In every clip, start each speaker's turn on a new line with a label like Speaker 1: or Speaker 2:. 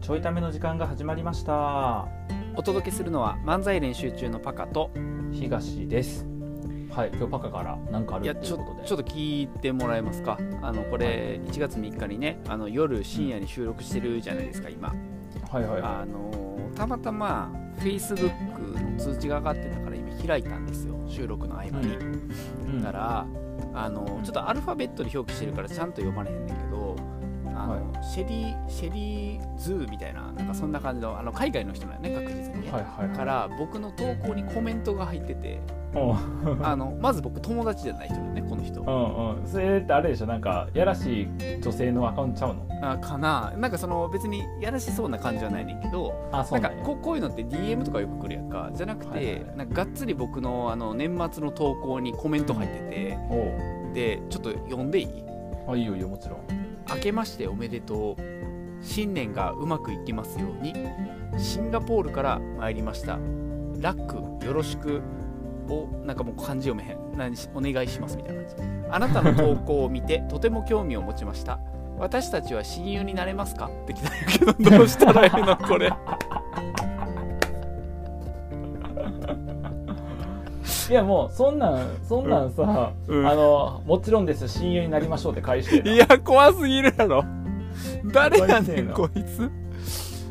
Speaker 1: ちょいための時間が始まりました
Speaker 2: お届けするのは漫才練習中のパカと
Speaker 1: 東ですはい今日パカから何かあ
Speaker 2: い
Speaker 1: る
Speaker 2: や
Speaker 1: ってい
Speaker 2: ちょ
Speaker 1: うことで
Speaker 2: ちょっと聞いてもらえますかあのこれ1月3日にねあの夜深夜に収録してるじゃないですか今
Speaker 1: はいはいは
Speaker 2: あのたまたま Facebook の通知が上がってたから今開いたんですよ収録の合間に、
Speaker 1: いうん
Speaker 2: だからあのちょっとアルファベットで表記してるからちゃんと読まれへんねんけどあの、シェリーシェリーズーみたいななんかそんな感じのあの海外の人なんよね確実にね、
Speaker 1: はいはいはい
Speaker 2: から僕の投稿にコメントが入ってて
Speaker 1: おう
Speaker 2: あのまず僕友達じゃない人だねこの人
Speaker 1: うんうんそれってあれでしょなんかやらしい女性のアカウントちゃうの
Speaker 2: あかななんかその別にやらしそうな感じはないねんけど
Speaker 1: あそ
Speaker 2: な
Speaker 1: うんな
Speaker 2: か
Speaker 1: んや
Speaker 2: ここういうのって DM とかよく来るやんかじゃなくて、
Speaker 1: はいはいはい
Speaker 2: なんかがっつり僕のあの年末の投稿にコメント入ってて
Speaker 1: お
Speaker 2: でちょっと読んでいいう
Speaker 1: あいいよいいよもちろん
Speaker 2: 明けましておめでとう新年がうまくいきますようにシンガポールから参りましたラックよろしくをなんかもう漢字読めへん何しお願いしますみたいな感じあなたの投稿を見てとても興味を持ちました私たちは親友になれますかって来たんやけどどうしたらいいのこれ
Speaker 1: いやもうそんなんそんなんさ、
Speaker 2: うん
Speaker 1: あのもちろんです親友になりましょうって返してえ
Speaker 2: い
Speaker 1: な
Speaker 2: や怖すぎるやろ誰やねん
Speaker 1: 怖
Speaker 2: こいつ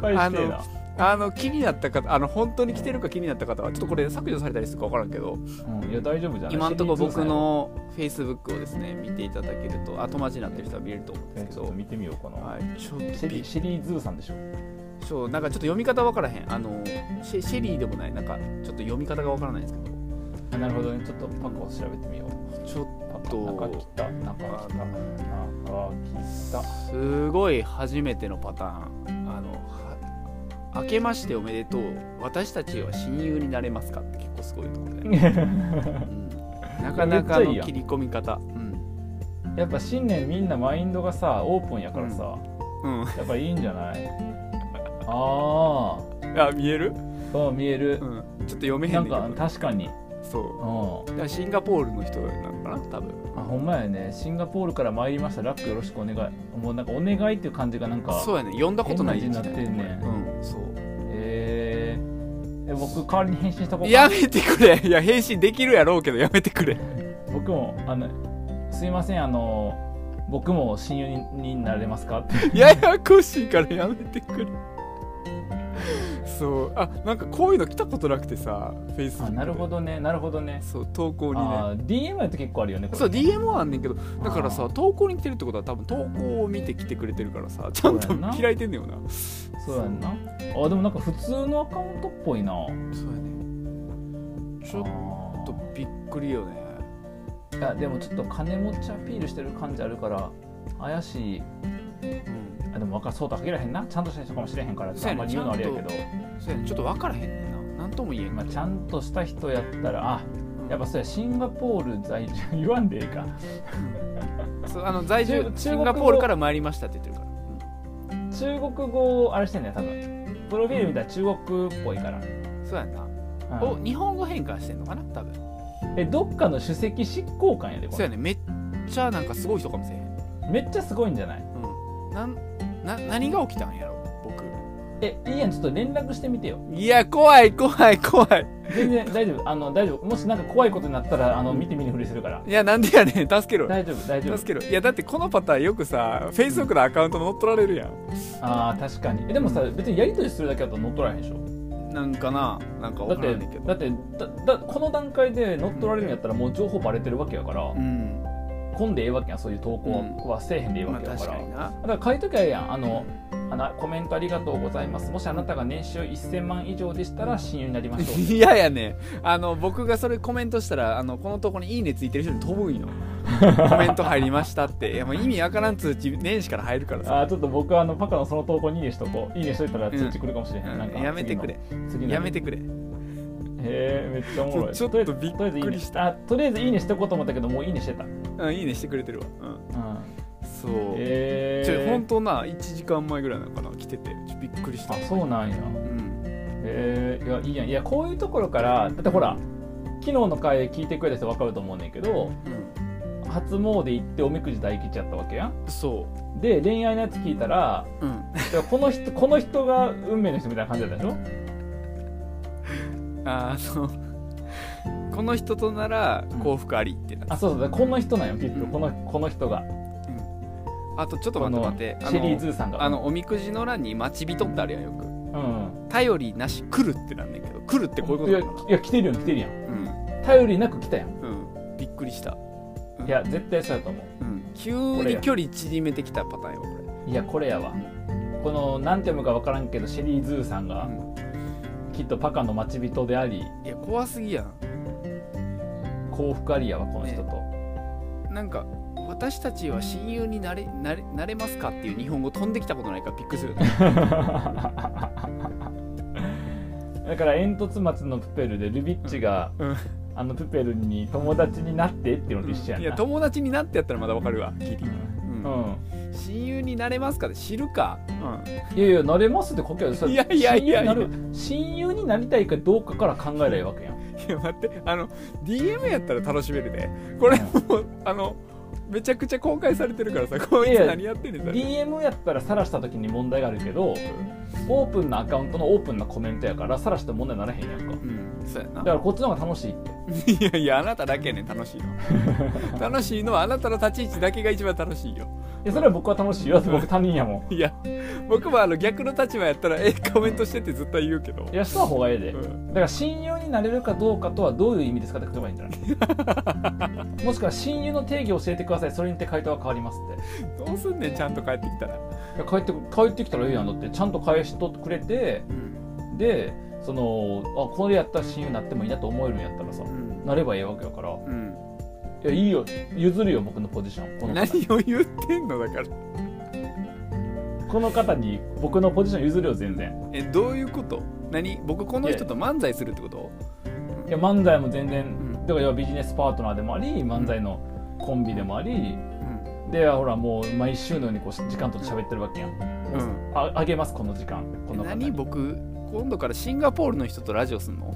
Speaker 1: 返してえな
Speaker 2: あの気になった方あの本当に来てるか気になった方はちょっとこれ削除されたりするか分からんけど
Speaker 1: うんいや大丈夫じゃない
Speaker 2: 今のところ僕
Speaker 1: シ
Speaker 2: の Facebook をですね見ていただけるとあ友達になってる人は見れると思うん
Speaker 1: ェ
Speaker 2: で
Speaker 1: リーズーさんやろえち
Speaker 2: すけ
Speaker 1: ょっと見て
Speaker 2: ど、
Speaker 1: みようかな、
Speaker 2: はい、ちょっ
Speaker 1: シ
Speaker 2: と
Speaker 1: ェリ
Speaker 2: び
Speaker 1: ーシェリーズーさんでしょ
Speaker 2: そうなんかちょっと読み方わからへんあのシェシェリーでもないなんかちょっと読み方がわからないんですけど
Speaker 1: あなるほどねちょっとパコを調べてみよう
Speaker 2: ちょっ
Speaker 1: パ
Speaker 2: と
Speaker 1: コ中北中北中北
Speaker 2: とすごい初めてのパターンあのは明けましておめでとう私たちは親友になれますかって結構すごいところで、うんなかなか
Speaker 1: めっちゃいい
Speaker 2: の
Speaker 1: やん
Speaker 2: 切り込み方うん、
Speaker 1: やっぱ新年みんなマインドがさオープンやからさ、
Speaker 2: うん、
Speaker 1: やっぱいいんじゃない あ
Speaker 2: あ見える、
Speaker 1: あそう見える
Speaker 2: う、ん、ちょっと読めへ
Speaker 1: なん
Speaker 2: ねん
Speaker 1: ん
Speaker 2: けど
Speaker 1: か確かにうん
Speaker 2: そう
Speaker 1: あ
Speaker 2: だからシンガポールの人なのかな多分
Speaker 1: ほんまやねシンガポールから参りましたラックよろしくお願いもうなんかお願いっていう感じがなんか
Speaker 2: そうやね呼んだことない
Speaker 1: 変な字になってんね
Speaker 2: うんそう
Speaker 1: えーえ僕代わりに返信したこうか
Speaker 2: やめてくれいや返信できるやろうけどやめてくれ
Speaker 1: 僕もあのすいませんあの僕も親友になれますかって
Speaker 2: ややこしいからやめてくれそうあなんかこういうの来たことなくてさフェイス
Speaker 1: あなるほどねなるほどね
Speaker 2: そう投稿にね
Speaker 1: あー DM やと結構あるよねこれ
Speaker 2: そう DM はあんねんけどだから
Speaker 1: あ
Speaker 2: さ投稿に来てるってことは多分投稿を見て来てくれてるからさちゃん
Speaker 1: そ
Speaker 2: と
Speaker 1: うやな
Speaker 2: 開いてんねんよな
Speaker 1: そうやんなあでもなんか普通のアカウントっぽいな
Speaker 2: そうやねちょっ
Speaker 1: っ
Speaker 2: とびっくりよね
Speaker 1: いやでもちょっと金持ちアピールしてる感じあるから怪しい
Speaker 2: うん
Speaker 1: あでも分かるそうとは限らへんなちゃんとした人かもしれへんから
Speaker 2: そう
Speaker 1: あ
Speaker 2: や
Speaker 1: んま
Speaker 2: ね
Speaker 1: り言うのあれやけど
Speaker 2: そうやねちょっと分からへんねんななんとも言えん
Speaker 1: まあ、ちゃんとした人やったらあ
Speaker 2: うん
Speaker 1: やっぱそうやシンガポール在住 言わんでええか
Speaker 2: そうあの在
Speaker 1: 中
Speaker 2: 住
Speaker 1: 国語
Speaker 2: シンガポールから参りましたって言ってるから、
Speaker 1: 中国語をあれしてんね多分プロフィール見たら中国っぽいから、
Speaker 2: うんそうやんな、
Speaker 1: うん
Speaker 2: お日本語変換してんのかな多分
Speaker 1: えどっかの首席執行官やでこ
Speaker 2: そう
Speaker 1: れ
Speaker 2: やねめっちゃなんかすごい人かもしれへん、
Speaker 1: めっちゃすごいんじゃない
Speaker 2: うん、なんな何が起きたんやろ僕
Speaker 1: えいいやんちょっと連絡してみてよ
Speaker 2: いや怖い怖い怖い
Speaker 1: 全然大丈夫あの大丈夫もしなんか怖いことになったらあの見て見ぬふりするから
Speaker 2: いやなんでやねん助けろ
Speaker 1: 大丈夫大丈夫
Speaker 2: 助けろいやだってこのパターンよくさ Facebook のアカウント乗っ取られるやん
Speaker 1: あー確かにえでもさ別にやり取りするだけだと乗っ取られへんでしょ
Speaker 2: なんかななんか
Speaker 1: だ
Speaker 2: 分
Speaker 1: っ
Speaker 2: から
Speaker 1: て
Speaker 2: んねんけど
Speaker 1: だってだだこの段階で乗っ取られるんやったらもう情報バレてるわけやから、
Speaker 2: うん
Speaker 1: 混んでええわけやんそういう投稿はせえへんでええ
Speaker 2: ま
Speaker 1: わ
Speaker 2: あ
Speaker 1: けやか
Speaker 2: 確
Speaker 1: ら、
Speaker 2: かにな
Speaker 1: だから書いときゃええやんあのあのコメントありがとうございますもしあなたが年収1000万以上でしたら親友になりましょう
Speaker 2: いややねあの僕がそれコメントしたらあのこのとこに「いいね」ついてる人に飛ぶんよ コメント入りましたっていやもう意味わからん通知年始から入るからさ
Speaker 1: あーちょっと僕はあのパカのその投稿にいいねしとこういいねしといたら通知来るかもしれへん、なんか
Speaker 2: やめてくれ
Speaker 1: 次の次の
Speaker 2: やめてくれ
Speaker 1: へえめっちゃおもろい
Speaker 2: ちょちょっとびっくりした
Speaker 1: とりあえずいいねあとりあえずいいねしとこうと思ったけどもういいねしてた、うん、
Speaker 2: うんいいねしてくれてるわうんそう、
Speaker 1: え
Speaker 2: ちょ
Speaker 1: ー、
Speaker 2: 本当な1時間前ぐらいなのかな来ててちょびっくりした
Speaker 1: あそうなんや
Speaker 2: うん
Speaker 1: えー、いやいいやんいやこういうところからだってほら昨日の回聞いてくれた人分かると思うねんけど
Speaker 2: うん
Speaker 1: 初詣行っておみくじ大吉やったわけやん
Speaker 2: そ
Speaker 1: で恋愛のやつ聞いたら
Speaker 2: ううん
Speaker 1: いやこの人 この人が運命の人みたいな感じだったでしょ
Speaker 2: あの この人となら幸福ありってな、
Speaker 1: あそうそうだからこの人なんよきっと
Speaker 2: うん
Speaker 1: このこの人が
Speaker 2: あとちょっと
Speaker 1: こ
Speaker 2: 待
Speaker 1: の
Speaker 2: って待っ
Speaker 1: シ
Speaker 2: て
Speaker 1: ェリー
Speaker 2: あ
Speaker 1: ズーさん
Speaker 2: の
Speaker 1: が
Speaker 2: あのおみくじの欄に待ち人ってあるやんよく
Speaker 1: うん
Speaker 2: 頼りなし来るってなんねんけど来るってこう
Speaker 1: い
Speaker 2: い
Speaker 1: や
Speaker 2: うこと
Speaker 1: いや来てるよ来てるやん
Speaker 2: かな
Speaker 1: 頼りなく来たやん
Speaker 2: うん、うん、びっくりした、うん
Speaker 1: いや絶対そうやと思う
Speaker 2: うん、急
Speaker 1: これ
Speaker 2: に
Speaker 1: や
Speaker 2: 距離縮めてきたパターンよこれ
Speaker 1: いやこれやわこの何て読むか分からんけどシェリーズーさんが
Speaker 2: う
Speaker 1: きっとパカの待ち人であり
Speaker 2: ん、いや怖すぎやん
Speaker 1: 幸福ありやわこの人と、
Speaker 2: なんか私たちは親友になれなれなれますかっていう日本語飛んできたことないからびっくりするよね
Speaker 1: だから煙突町のプペルでルビッチが、
Speaker 2: うんうん
Speaker 1: あのプペルに友達になってっていうのと一緒や
Speaker 2: い
Speaker 1: な、
Speaker 2: や友達になってやったらまだわかるわギリ、うん
Speaker 1: うん、
Speaker 2: 親友になれますかって知るか、
Speaker 1: いやいやなれますってこけよそれ
Speaker 2: いやいやいやいや
Speaker 1: 親友になる親友になりたいかどうかから考えないわけやん
Speaker 2: いや待ってあの DM やったら楽しめるでこれもうあのめちゃくちゃ公開されてるからさこい
Speaker 1: い
Speaker 2: つ
Speaker 1: や
Speaker 2: 何やってんねんそれ
Speaker 1: DM やったら晒した時に問題があるけどオープンなアカウントのオープンなコメントやから晒しても問題にならへんやんか
Speaker 2: うんそうや
Speaker 1: だ
Speaker 2: な
Speaker 1: からこっちの方が楽しいって
Speaker 2: いやいやあなただけやねん楽しい の楽しいのはあなたの立ち位置だけが一番楽しいよ
Speaker 1: いやそれは僕は楽しいよだって僕他人やも
Speaker 2: いや僕もあの逆の立場やったらえコメントしてって絶対言うけど
Speaker 1: んいやした方がええで、
Speaker 2: うん
Speaker 1: だから親友になれるかどうかとはどういう意味ですかって言えばいいんじゃない もしくは親友の定義を教えてくださいそれによって回答は変わりますっ
Speaker 2: どうすんねんちゃんと帰ってきたら、
Speaker 1: ていや帰って帰ってきたらええやんだってちゃんと返しとくれてでそのあこれやったら親友になってもいいなと思えるんやったらさ
Speaker 2: うん
Speaker 1: なればええわけやからい
Speaker 2: うん
Speaker 1: やいいよ譲るよ僕のポジションこの
Speaker 2: 何を言ってんのだから
Speaker 1: この方に僕のポジション譲るよ全然
Speaker 2: えどういうこと何僕この人と漫才するってこと
Speaker 1: いや漫才も全然、
Speaker 2: ん
Speaker 1: だから要はビジネスパートナーでもあり漫才のコンビでもありでほらもう毎週のようにこう時間と喋ってるわけやん
Speaker 2: うん、
Speaker 1: ああげますこの時間この方に
Speaker 2: 何僕今度からシンガポールの人とラジオすんの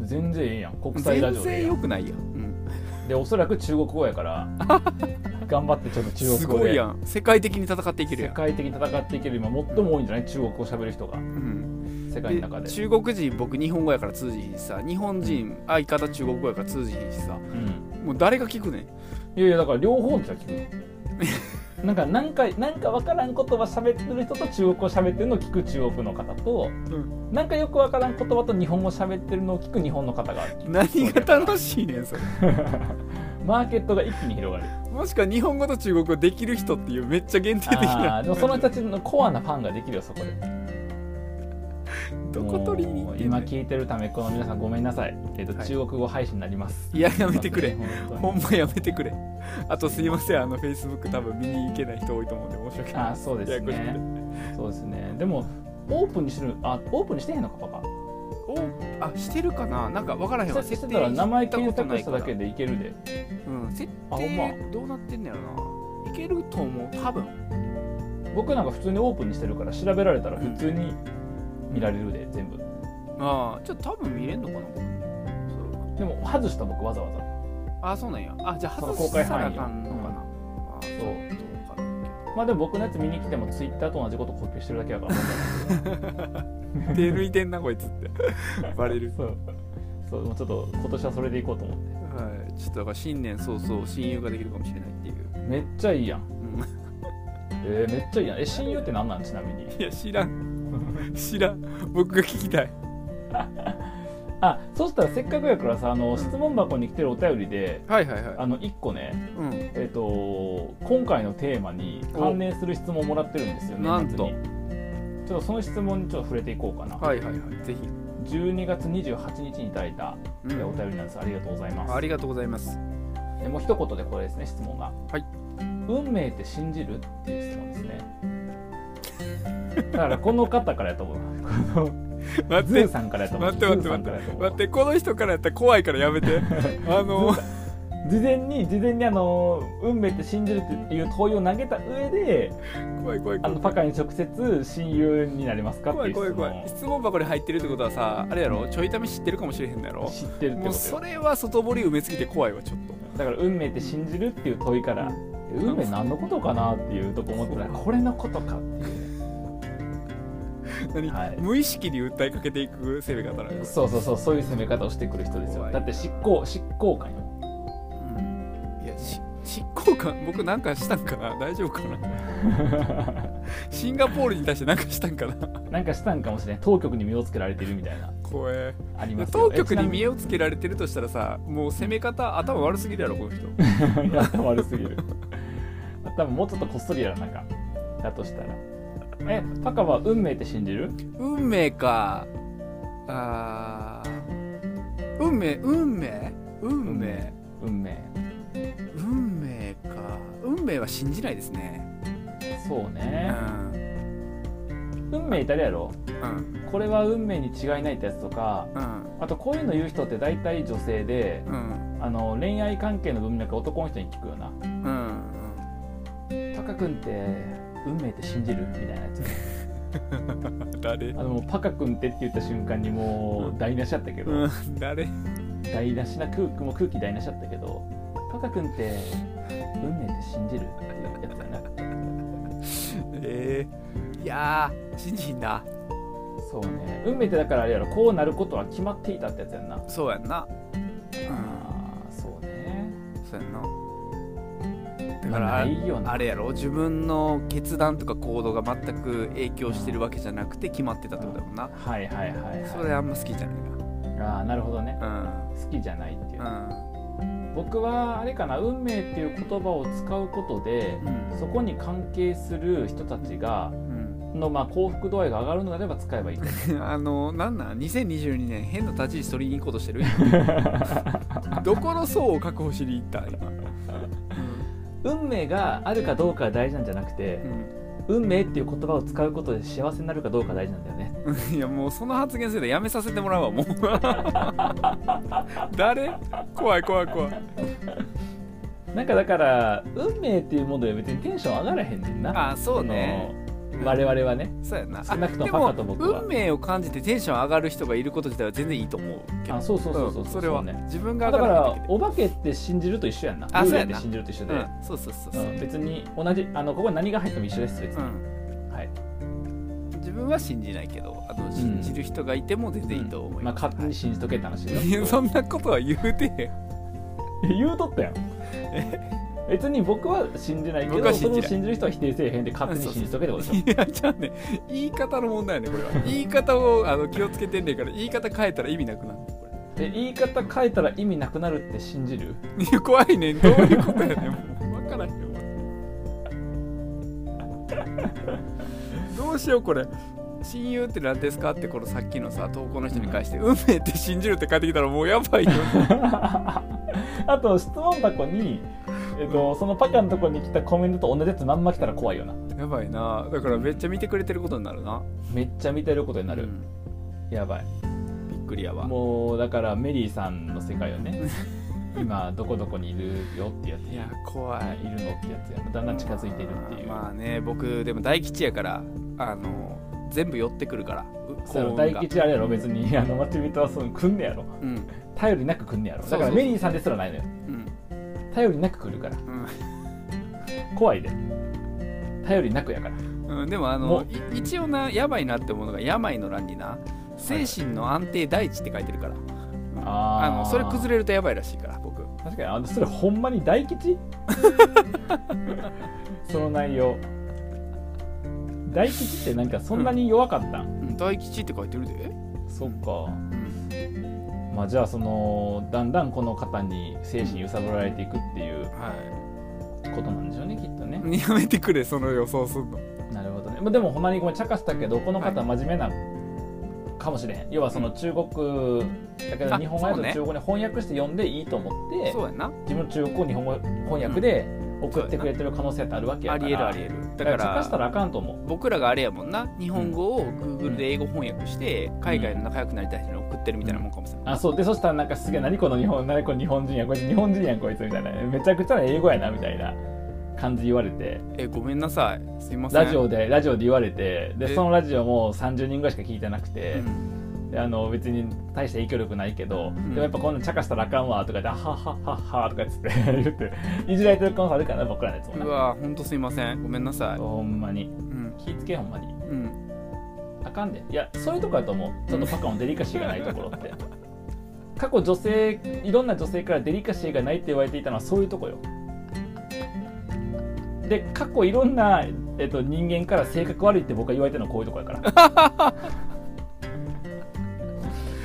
Speaker 1: 全然ええやん国際ラジ
Speaker 2: 全
Speaker 1: オでええ
Speaker 2: 然
Speaker 1: や
Speaker 2: 良
Speaker 1: ん
Speaker 2: くないやん、
Speaker 1: でおそらく中国語やから 頑張ってちょっと中国
Speaker 2: す
Speaker 1: 語
Speaker 2: ごい
Speaker 1: で
Speaker 2: やん世界的に戦っていける
Speaker 1: 世
Speaker 2: やん、
Speaker 1: 界的に戦っていける今最も多いんじゃない中国語喋る人が
Speaker 2: うん、
Speaker 1: 世界の中
Speaker 2: で
Speaker 1: で
Speaker 2: 中国人僕日本語やから通じひんしさ日本人相方中国語やから通じひんしさ
Speaker 1: うん
Speaker 2: もう誰が聞くねん
Speaker 1: いやいやだから両方の人が聞くなんかなんかなんか分からん言葉喋ってる人と中国語喋ってるのを聞く中国の方と、
Speaker 2: う
Speaker 1: なんかよく分からん言葉と日本語喋ってるのを聞く日本の方がある
Speaker 2: 何が楽しいねんそれ
Speaker 1: マーケットが一気に広がる
Speaker 2: もしくは日本語と中国語できる人っていうめっちゃ限定的
Speaker 1: あ
Speaker 2: な
Speaker 1: ーでもその人たちのコアなファンができるよそこで
Speaker 2: どこ取りに
Speaker 1: も
Speaker 2: 行ってんね
Speaker 1: うん今聞いてるためこの皆さんごめんなさい、えっと
Speaker 2: はい
Speaker 1: 中国語配信になります
Speaker 2: いややめてくれ
Speaker 1: すいません本当
Speaker 2: ほ
Speaker 1: に
Speaker 2: んまやめてくれあとすいませんあの Facebook 多分見に行けない人多いと思うんで申し訳ない
Speaker 1: あーそうです
Speaker 2: やや
Speaker 1: ね
Speaker 2: こ
Speaker 1: そうですねでもオープンにしてるあオープンにしてへんのかパパ
Speaker 2: しくておあしてるかななんか分からへんわ
Speaker 1: そうしてたら名前検索しただけ
Speaker 2: で
Speaker 1: でいけるで
Speaker 2: うん設
Speaker 1: あほんま
Speaker 2: 定どうなってんのやろないけると思う多分
Speaker 1: 僕なんか普通にオープンにしてるから調べられたら普通に見られるで全部
Speaker 2: ああちょっと多分見れんのかな僕そう
Speaker 1: でも外した僕わざわざ
Speaker 2: あそうなんやあじゃあ
Speaker 1: その
Speaker 2: 外
Speaker 1: 公
Speaker 2: さ
Speaker 1: 開
Speaker 2: な
Speaker 1: 範
Speaker 2: あ
Speaker 1: 囲
Speaker 2: かんのかな、
Speaker 1: うん
Speaker 2: あ
Speaker 1: そう
Speaker 2: どうかな
Speaker 1: まあでも僕のやつ見に来てもツイッターと同じことコピーしてるだけやから
Speaker 2: 手抜いてんなこいつって バレる
Speaker 1: そうそうもうちょっと今年はそれでいこうと思って
Speaker 2: はい、ちょっとだから新年早々親友ができるかもしれないっていう、
Speaker 1: めっちゃいいやん
Speaker 2: うん、
Speaker 1: えー、めっちゃいいやんえ親友って何なんちなみに
Speaker 2: いや知らん 知らん僕が聞きたい
Speaker 1: あそしたらせっかくやからさあの質問箱に来てるお便りで
Speaker 2: はいはいは
Speaker 1: あの1個ね、
Speaker 2: い、
Speaker 1: えっと今回のテーマに関連する質問をもらってるんですよね
Speaker 2: なんと
Speaker 1: ちょっとその質問にちょっと触れていこうかな、
Speaker 2: うん、はいはいはいぜひ
Speaker 1: 12月28日にいただいた
Speaker 2: う
Speaker 1: えお
Speaker 2: ん
Speaker 1: 便りなんですありがとうございます
Speaker 2: ありがとうございます
Speaker 1: でもう一言でこれですね質問が
Speaker 2: はい
Speaker 1: 運命って信じるっていう質問ですねだからこの方からやと思うこの
Speaker 2: 待
Speaker 1: ズーさんからやと思う
Speaker 2: 待って待って
Speaker 1: ズーさんからやと思う
Speaker 2: 待ってこの人からやったら怖いからやめてあの
Speaker 1: 事前に事前にあの運命って信じるっていう問いを投げた上で
Speaker 2: 怖い怖い
Speaker 1: あ
Speaker 2: 怖
Speaker 1: の
Speaker 2: い
Speaker 1: パカに直接親友になりますかって
Speaker 2: 怖
Speaker 1: い
Speaker 2: いう
Speaker 1: 質
Speaker 2: 怖
Speaker 1: 問
Speaker 2: い怖い質問箱に入ってるってことはさあれやろちょいため知ってるかもしれへんのやろ
Speaker 1: 知ってるって
Speaker 2: も
Speaker 1: こ
Speaker 2: う
Speaker 1: と
Speaker 2: そ
Speaker 1: よ
Speaker 2: れは外堀埋めすぎて怖いわちょっと
Speaker 1: だから運命って信じるっていう問いから運命何のことかなっていうとこ思ったらこれのことかっていう
Speaker 2: 何、
Speaker 1: はい
Speaker 2: 無意識に訴えかけていく攻め方なのよ
Speaker 1: そうそうそうそういう攻め方をしてくる人です
Speaker 2: 怖
Speaker 1: よ
Speaker 2: い
Speaker 1: だって執行執行官よ
Speaker 2: いやし執行官僕なんかしたんかな大丈夫かなシンガポールに対して何かしたんかな
Speaker 1: なんかしたんかもしれない当局に身をつけられてるみたいな
Speaker 2: 怖え
Speaker 1: ありますよ
Speaker 2: 当局に見
Speaker 1: え
Speaker 2: 栄をつけられてるとしたらさもう攻め方頭悪すぎるやろこの人
Speaker 1: ちなみ に頭悪すぎる多分もうちょっとこっそりやらなんかだとしたらえパカは運命って信じる
Speaker 2: 運命かあー運命運命運命
Speaker 1: 運命
Speaker 2: 運命か運命は信じないですね
Speaker 1: そう
Speaker 2: う
Speaker 1: ね
Speaker 2: ん
Speaker 1: 運命いたりやろ
Speaker 2: うん
Speaker 1: これは運命に違いないってやつとか
Speaker 2: うん
Speaker 1: あとこういうの言う人って大体女性で
Speaker 2: うん
Speaker 1: あの恋愛関係の文脈男の人に聞くよな
Speaker 2: うんうん
Speaker 1: 「タカ君って運命って信じる?」みたいなやつ
Speaker 2: 誰
Speaker 1: あのもうパカ君ってって言った瞬間にもう台無しだったけど、
Speaker 2: うん誰
Speaker 1: 台無しな空気もう空気台無しだったけどパカ君って運命って信じるっていうやつやな
Speaker 2: えー、いやー信じひんな
Speaker 1: そうね運命ってだからあれやろこうなることは決まっていたってやつやんな
Speaker 2: そうやんなうん
Speaker 1: ああそうね
Speaker 2: そうやんな
Speaker 1: だ
Speaker 2: だか
Speaker 1: かららな
Speaker 2: あ
Speaker 1: いよな
Speaker 2: あれやろ自分の決断とか行動が全く影響してるわけじゃなくて決まってたってことだもんな
Speaker 1: はいはいはい
Speaker 2: それ
Speaker 1: は
Speaker 2: あんま好きじゃない
Speaker 1: いああなるほどね
Speaker 2: な
Speaker 1: 好きじゃないっていううん僕はあれかな運命っていう言葉を使うことで
Speaker 2: うん
Speaker 1: そこに関係する人たちが
Speaker 2: うん
Speaker 1: のまあ幸福度合いが上がるのであれば使えばいいと思う
Speaker 2: うん あのなんなん2022年変な立ち位置取りに行こうとし てるどこの層を確保しに行った今、
Speaker 1: 運命があるかどうかが大事なんじゃなくて、
Speaker 2: う
Speaker 1: 運命っていう言葉を使うことで幸せになるかどうか大事なんだよね
Speaker 2: ん、いやもうその発言するのやめさせてもらうわもう 誰怖い怖い怖い
Speaker 1: なんかだから運命っていうもので別にテンション上がらへんねんな
Speaker 2: あそうね
Speaker 1: その我々はね
Speaker 2: そうやな
Speaker 1: 少なくとも
Speaker 2: で
Speaker 1: パカと僕は
Speaker 2: 運命を感じてテンション上がる人がいること自体は全然いいと思うけど
Speaker 1: あそうそうそうそう
Speaker 2: うんそれは
Speaker 1: うね
Speaker 2: 自分が
Speaker 1: だ
Speaker 2: 上
Speaker 1: か
Speaker 2: がらない
Speaker 1: らお化けって信じると一緒やんな幽
Speaker 2: あそう
Speaker 1: 霊
Speaker 2: や
Speaker 1: っ
Speaker 2: な
Speaker 1: て信じると一緒で、
Speaker 2: うんそうそうそう
Speaker 1: う
Speaker 2: そ
Speaker 1: ん
Speaker 2: う、
Speaker 1: 別に同じあのここに何が入っても一緒です別
Speaker 2: う
Speaker 1: に、
Speaker 2: ん、
Speaker 1: はい
Speaker 2: 自分は信じないけどあの信じる人がいても全然いいと思い
Speaker 1: まあ、
Speaker 2: ます、
Speaker 1: 勝手に信じとけって話
Speaker 2: はいい
Speaker 1: で
Speaker 2: やそんなことは言うてへん
Speaker 1: 言うとったやん別に僕は信じないけ
Speaker 2: 僕は
Speaker 1: ど
Speaker 2: 信
Speaker 1: それ
Speaker 2: じない
Speaker 1: を信じる人は否定せえへんで勝手に信じとけってこと でしょ
Speaker 2: いやじゃあね言い方の問題やねこれ は言い方をあの気をつけてんねんから言い方変えたら意味なくなるこ
Speaker 1: で言い方変えたら意味なくなるって信じる
Speaker 2: れいや怖いねんどういうことやねんもう分からへんよ どうしようこれ親友って何ですかってこのさっきのさ投稿の人に返して運命って信じるって返ってきたらもうやばいよ
Speaker 1: あと質問箱に、えっと、そのパカのとこに来たコメントと同じやつまんま来たら怖いよな
Speaker 2: やばいなだからめっちゃ見てくれてることになるな
Speaker 1: めっちゃ見てることになる、
Speaker 2: うん
Speaker 1: やばい
Speaker 2: びっくりやわ
Speaker 1: もうだからメリーさんの世界よね今どこどこにいるよってやつ
Speaker 2: いや怖
Speaker 1: はいいいるのってやつやなだんだん近づいてるっていう、
Speaker 2: まあね僕でも大吉やからあの全部寄ってくるからう
Speaker 1: その
Speaker 2: 幸運
Speaker 1: 大
Speaker 2: が
Speaker 1: 吉あれやろ別にあの待ち人はその来んねやろ
Speaker 2: うん
Speaker 1: 頼りなく来んねやろ
Speaker 2: そうそ
Speaker 1: だか
Speaker 2: う
Speaker 1: らメリーさんですらないのよ
Speaker 2: うん
Speaker 1: 頼りなく来るから
Speaker 2: うん
Speaker 1: 怖いで頼りなくやから
Speaker 2: うん、でもあ
Speaker 1: も
Speaker 2: の
Speaker 1: う
Speaker 2: い一応なやばいなって思うのが病の欄にな精神の安定第一って書いてるから、
Speaker 1: あー
Speaker 2: あのそれ崩れるとやばいらしいから僕
Speaker 1: 確かにあのそれほんまに大 吉その内容大吉ってなんかそんなに弱かったん、
Speaker 2: うん大吉って書いてるで、
Speaker 1: そっかまあじゃあそのだんだんこの方に精神揺さぶられていくっていう
Speaker 2: は
Speaker 1: ことなんでしょうねきっとね、
Speaker 2: い、やめてくれその予想すんの
Speaker 1: なるほどね、まあ、でもほんまにごめん茶化したけどこの方真面目なかもしれへん要はその中国だけど
Speaker 2: あ
Speaker 1: 日本語やと
Speaker 2: そうね
Speaker 1: 中国に翻訳して読んでいいと思って、
Speaker 2: そうやな
Speaker 1: 自分の中国を日本語翻訳で送ってくれてる可能性ってあるわけや
Speaker 2: あ
Speaker 1: から
Speaker 2: りえるありえるだ
Speaker 1: だ
Speaker 2: か
Speaker 1: から茶化した
Speaker 2: ら
Speaker 1: らあかんと思う
Speaker 2: 僕らがあれやもんな日本語を Google で英語翻訳して海外の仲良くなりたい人に送っってるみたいなもんかもしれない、
Speaker 1: あそうでそしたらなんかすげえ何この日本何この日本人やこいつ日本人やんこいつみたいなめちゃくちゃな英語やなみたいな感じ言われて
Speaker 2: えごめんなさいすいません
Speaker 1: ラジオでラジオで言われてで
Speaker 2: え
Speaker 1: そのラジオも30人ぐらいしか聞いてなく
Speaker 2: う
Speaker 1: て、
Speaker 2: ん
Speaker 1: であの別に大した影響力ないけど、
Speaker 2: ん
Speaker 1: でもやっぱこんなん茶化したらあかんわとかで「はっはっはっは」とかっつって言って いじられてる可能性あるからな僕らのやつもな
Speaker 2: うわほんとすいませんごめんなさい
Speaker 1: ほんまに
Speaker 2: うん
Speaker 1: 気ぃつけほんまに
Speaker 2: うん
Speaker 1: あかんでいやそういうとこだと思うちょっとパカのデリカシーがないところって 過去女性いろんな女性からデリカシーがないって言われていたのはそういうとこよで過去いろんな、えっと、人間から性格悪いって僕は言われてるのはこういうとこやから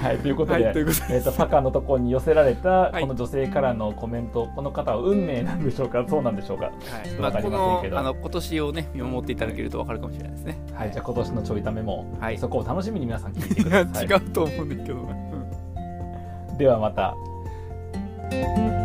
Speaker 1: はいということ
Speaker 2: は
Speaker 1: で、
Speaker 2: いということで
Speaker 1: えっとパカのところに寄せられた
Speaker 2: はい
Speaker 1: この女性からのコメント、この方は運命なんでしょうかそうなんでしょうか、
Speaker 2: はい
Speaker 1: と
Speaker 2: ま
Speaker 1: わか
Speaker 2: あ、こ
Speaker 1: りま
Speaker 2: の
Speaker 1: せんけど
Speaker 2: あの今年をね見守っていただけると分かるかもしれないですね。
Speaker 1: はい、じゃあ今年のちょいためも、
Speaker 2: はい
Speaker 1: そこを楽しみに皆さん聞いて
Speaker 2: い
Speaker 1: く
Speaker 2: や
Speaker 1: ださい
Speaker 2: 違うと思うんだけどな。うん
Speaker 1: ではまた。